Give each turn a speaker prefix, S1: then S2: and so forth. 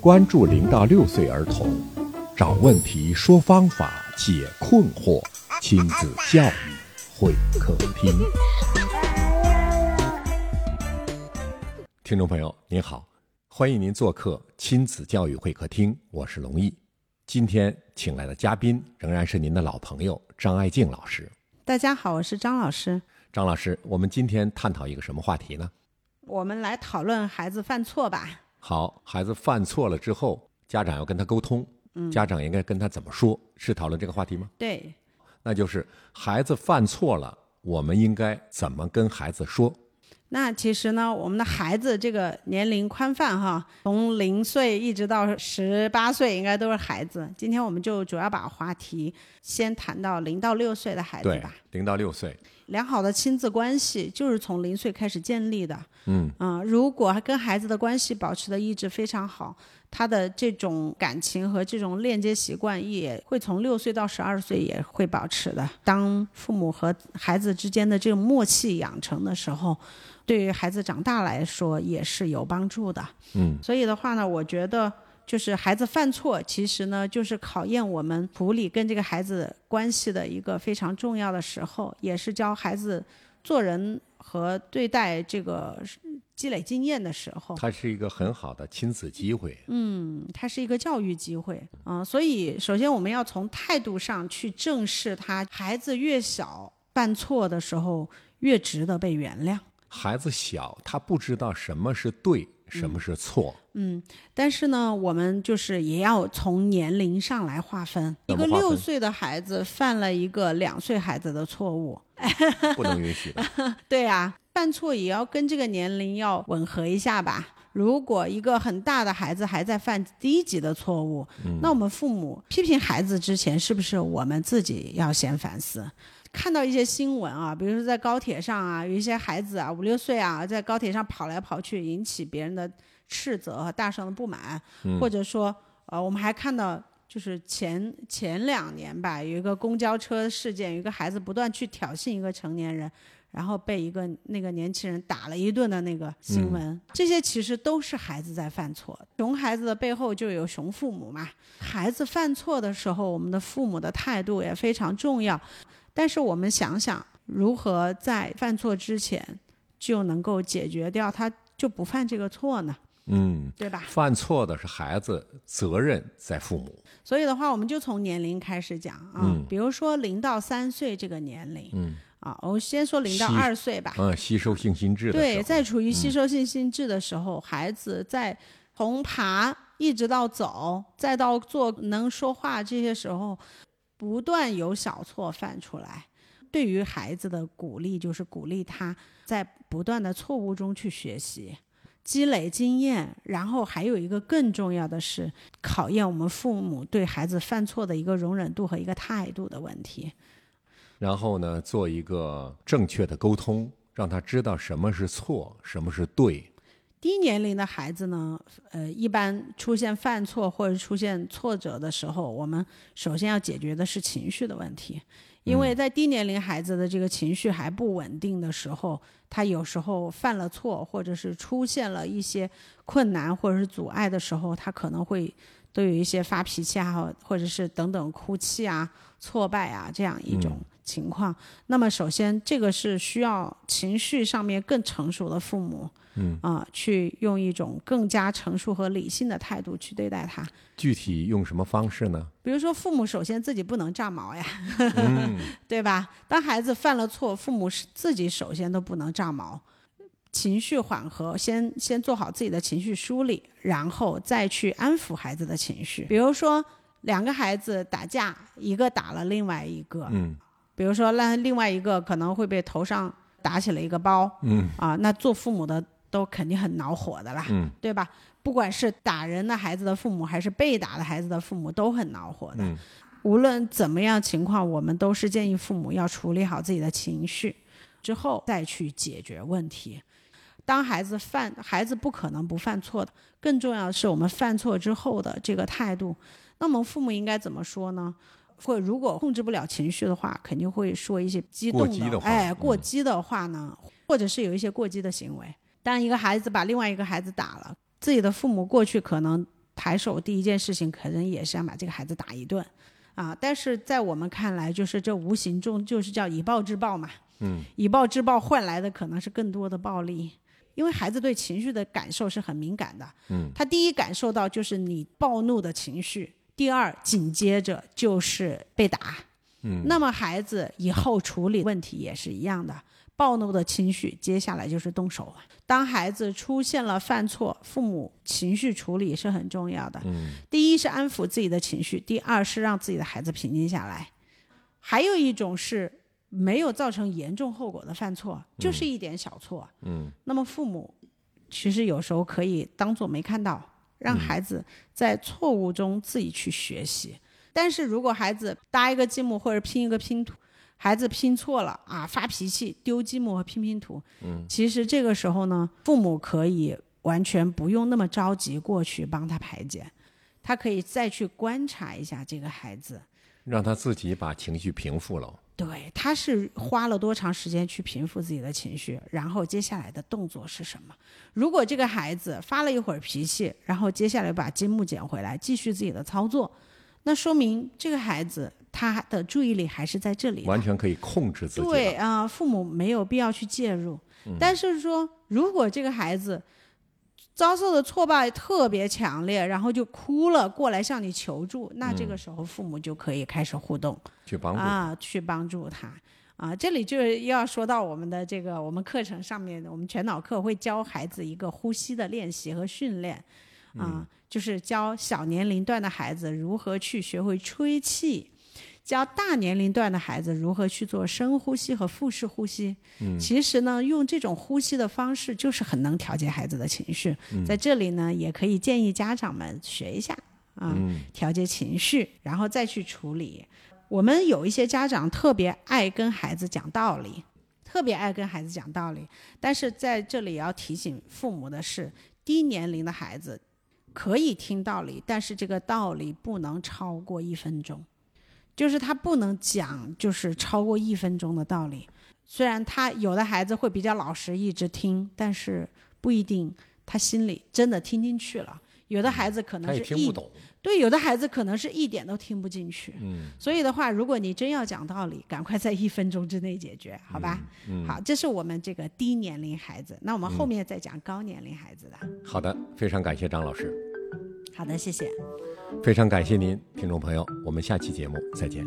S1: 关注零到六岁儿童，找问题、说方法、解困惑，亲子教育会客厅。听众朋友您好，欢迎您做客亲子教育会客厅，我是龙毅。今天请来的嘉宾仍然是您的老朋友张爱静老师。
S2: 大家好，我是张老师。
S1: 张老师，我们今天探讨一个什么话题呢？
S2: 我们来讨论孩子犯错吧。
S1: 好，孩子犯错了之后，家长要跟他沟通，
S2: 嗯
S1: 家长应该跟他怎么说？是讨论这个话题吗？
S2: 对，
S1: 那就是孩子犯错了，我们应该怎么跟孩子说？
S2: 那其实呢，我们的孩子这个年龄宽泛哈，从零岁一直到十八岁，应该都是孩子。今天我们就主要把话题先谈到零到六岁的孩子
S1: 对
S2: 哎吧。，
S1: 零到六岁，
S2: 良好的亲子关系就是从零岁开始建立的。
S1: 嗯
S2: 啊、如果跟孩子的关系保持的一直非常好，他的这种感情和这种链接习惯也会从六岁到十二岁也会保持的。当父母和孩子之间的这种默契养成的时候，对于孩子长大来说也是有帮助的。
S1: 嗯，
S2: 所以的话呢，我觉得就是孩子犯错，其实呢就是考验我们处理跟这个孩子关系的一个非常重要的时候，也是教孩子做人和对待这个积累经验的时候。
S1: 它是一个很好的亲子机会。
S2: 哦嗯，它是一个教育机会啊、所以首先我们要从态度上去正视他，孩子越小犯错的时候越值得被原谅。
S1: 孩子小，他不知道什么是
S2: 嗯
S1: 对，什么是 错。
S2: 但是呢，我们就是也要从年龄上来划分。一
S1: 怎么
S2: 个
S1: 划分
S2: 六岁的孩子犯了一个两岁孩子的错误，
S1: 不能允许的。
S2: 对啊，犯错也要跟这个年龄要吻合一下吧。如果一个很大的孩子还在犯低级的错误，那我们父母批评孩子之前，是不是我们自己要先反思？看到一些新闻啊，比如说在高铁上啊，有一些孩子啊，五六岁啊，在高铁上跑来跑去，引起别人的斥责和大声的不满，或者说，呃，我们还看到。就是前前两年吧，有一个公交车事件，有一个孩子不断去挑衅一个成年人，然后被一个那个年轻人打了一顿的那个
S1: 嗯
S2: 新闻，这些其实都是孩子在犯错。熊孩子的背后就有熊父母嘛。孩子犯错的时候，我们的父母的态度也非常重要。但是我们想想，如何在犯错之前就能够解决掉他就不犯这个错呢？
S1: 嗯，
S2: 对吧？
S1: 犯错的是孩子，责任在父母。
S2: 所以的话，我们就从年龄开始讲啊，比如说零到三岁这个年龄，
S1: 嗯
S2: 啊，我先说零到
S1: 吸
S2: 二岁吧。
S1: 嗯，吸收性心智的时
S2: 对，
S1: 候，嗯
S2: 在处于吸收性心智的时候，孩子在从爬一直到走，再到做能说话这些时候，不断有小错犯出来。对于孩子的鼓励就是鼓励他在不断的错误中去学习，积累经验。然后还有一个更重要的是，考验我们父母对孩子犯错的一个容忍度和一个态度的问题。
S1: 然后呢，做一个正确的沟通，让他知道什么是错，什么是对。
S2: 低年龄的孩子呢，呃，一般出现犯错或者出现挫折的时候，我们首先要解决的是情绪的问题，因为在低年龄孩子的这个情绪还不稳定的时候，他有时候犯了错，或者是出现了一些困难或者是阻碍的时候，他可能会都有一些发脾气啊，或者是等等哭泣啊、挫败啊这样一种情况。那么，首先这个是需要情绪上面更成熟的父母。啊、去用一种更加成熟和理性的态度去对待它。
S1: 具体用什么方式 呢？嗯
S2: 比如说，父母首先自己不能炸毛呀，对吧？当孩子犯了错，父母是自己首先都不能炸毛，情绪缓和，先先做好自己的情绪梳理，然后再去安抚孩子的情绪。比如说，两个孩子打架，一个打了另外一个，
S1: 嗯，
S2: 比如说让另外一个可能会被头上打起了一个包，
S1: 嗯
S2: 啊，那做父母的都肯定很恼火的啦，
S1: 嗯
S2: 对吧？不管是打人的孩子的父母，还是被打的孩子的父母，都很恼火的。
S1: 嗯
S2: 无论怎么样情况，我们都是建议父母要处理好自己的情绪，之后再去解决问题。当孩子犯，孩子不可能不犯错的。更重要的是，我们犯错之后的这个态度。那么，父母应该怎么说呢？或如果控制不了情绪的话，肯定会说一些激动
S1: 过激的话
S2: 哎，
S1: 嗯
S2: 过激的话呢，或者是有一些过激的行为。当一个孩子把另外一个孩子打了，自己的父母过去可能抬手第一件事情可能也是想把这个孩子打一顿啊。但是在我们看来，就是这无形中就是叫以暴制暴嘛。
S1: 嗯，
S2: 以暴制暴换来的可能是更多的暴力，因为孩子对情绪的感受是很敏感的。
S1: 嗯，
S2: 他第一感受到就是你暴怒的情绪，第二紧接着就是被打。
S1: 嗯，
S2: 那么孩子以后处理问题也是一样的，暴怒的情绪接下来就是动手了。当孩子出现了犯错，父母情绪处理是很重要的。
S1: 嗯，
S2: 第一是安抚自己的情绪，第二是让自己的孩子平静下来。还有一种是没有造成严重后果的犯错，就是一点小错。
S1: 嗯，
S2: 那么父母其实有时候可以当做没看到，让
S1: 嗯
S2: 孩子在错误中自己去学习。但是如果孩子搭一个积木或者拼一个拼图，孩子拼错了啊，发脾气丢积木和拼拼图，嗯，其实这个时候呢，父母可以完全不用那么着急过去帮他排解，他可以再去观察一下这个孩子，
S1: 让他自己把情绪平复了。
S2: 对，他是花了多长时间去平复自己的情绪，然后接下来的动作是什么？如果这个孩子发了一会儿脾气，然后接下来把积木捡回来，继续自己的操作，那说明这个孩子他的注意力还是在这里的，
S1: 完全可以控制自己。嗯
S2: 对，啊、父母没有必要去介入。但是说，如果这个孩子遭受的挫败特别强烈，然后就哭了过来向你求助，那
S1: 嗯
S2: 这个时候父母就可以开始互动。
S1: 去帮助。
S2: 啊，去帮助他啊。这里就是要说到我们的这个我们课程上面，我们全脑课会教孩子一个呼吸的练习和训练啊，
S1: 嗯
S2: 就是教小年龄段的孩子如何去学会吹气。教大年龄段的孩子如何去做深呼吸和腹式呼吸。
S1: 嗯
S2: 其实呢，用这种呼吸的方式，就是很能调节孩子的情绪。
S1: 嗯
S2: 在这里呢，也可以建议家长们学一下
S1: 嗯
S2: 啊，调节情绪，然后再去处理。我们有一些家长特别爱跟孩子讲道理，特别爱跟孩子讲道理，但是在这里也要提醒父母的是，低年龄的孩子可以听道理，但是这个道理不能超过一分钟，就是他不能讲就是超过一分钟的道理。虽然他有的孩子会比较老实，一直听，但是不一定他心里真的听进去了。有的孩子可
S1: 他
S2: 能
S1: 也
S2: 是
S1: 听
S2: 一
S1: 不懂，
S2: 对，有的孩子可能是一点都听不进去。嗯，所以的话，如果你真要讲道理，赶快在一分钟之内解决，好吧？嗯，好，这是我们这个低年龄孩子，那我们后面再讲高年龄孩子的。
S1: 好的，非常感谢张老师，
S2: 好的，谢谢。
S1: 非常感谢您，听众朋友，我们下期节目再见。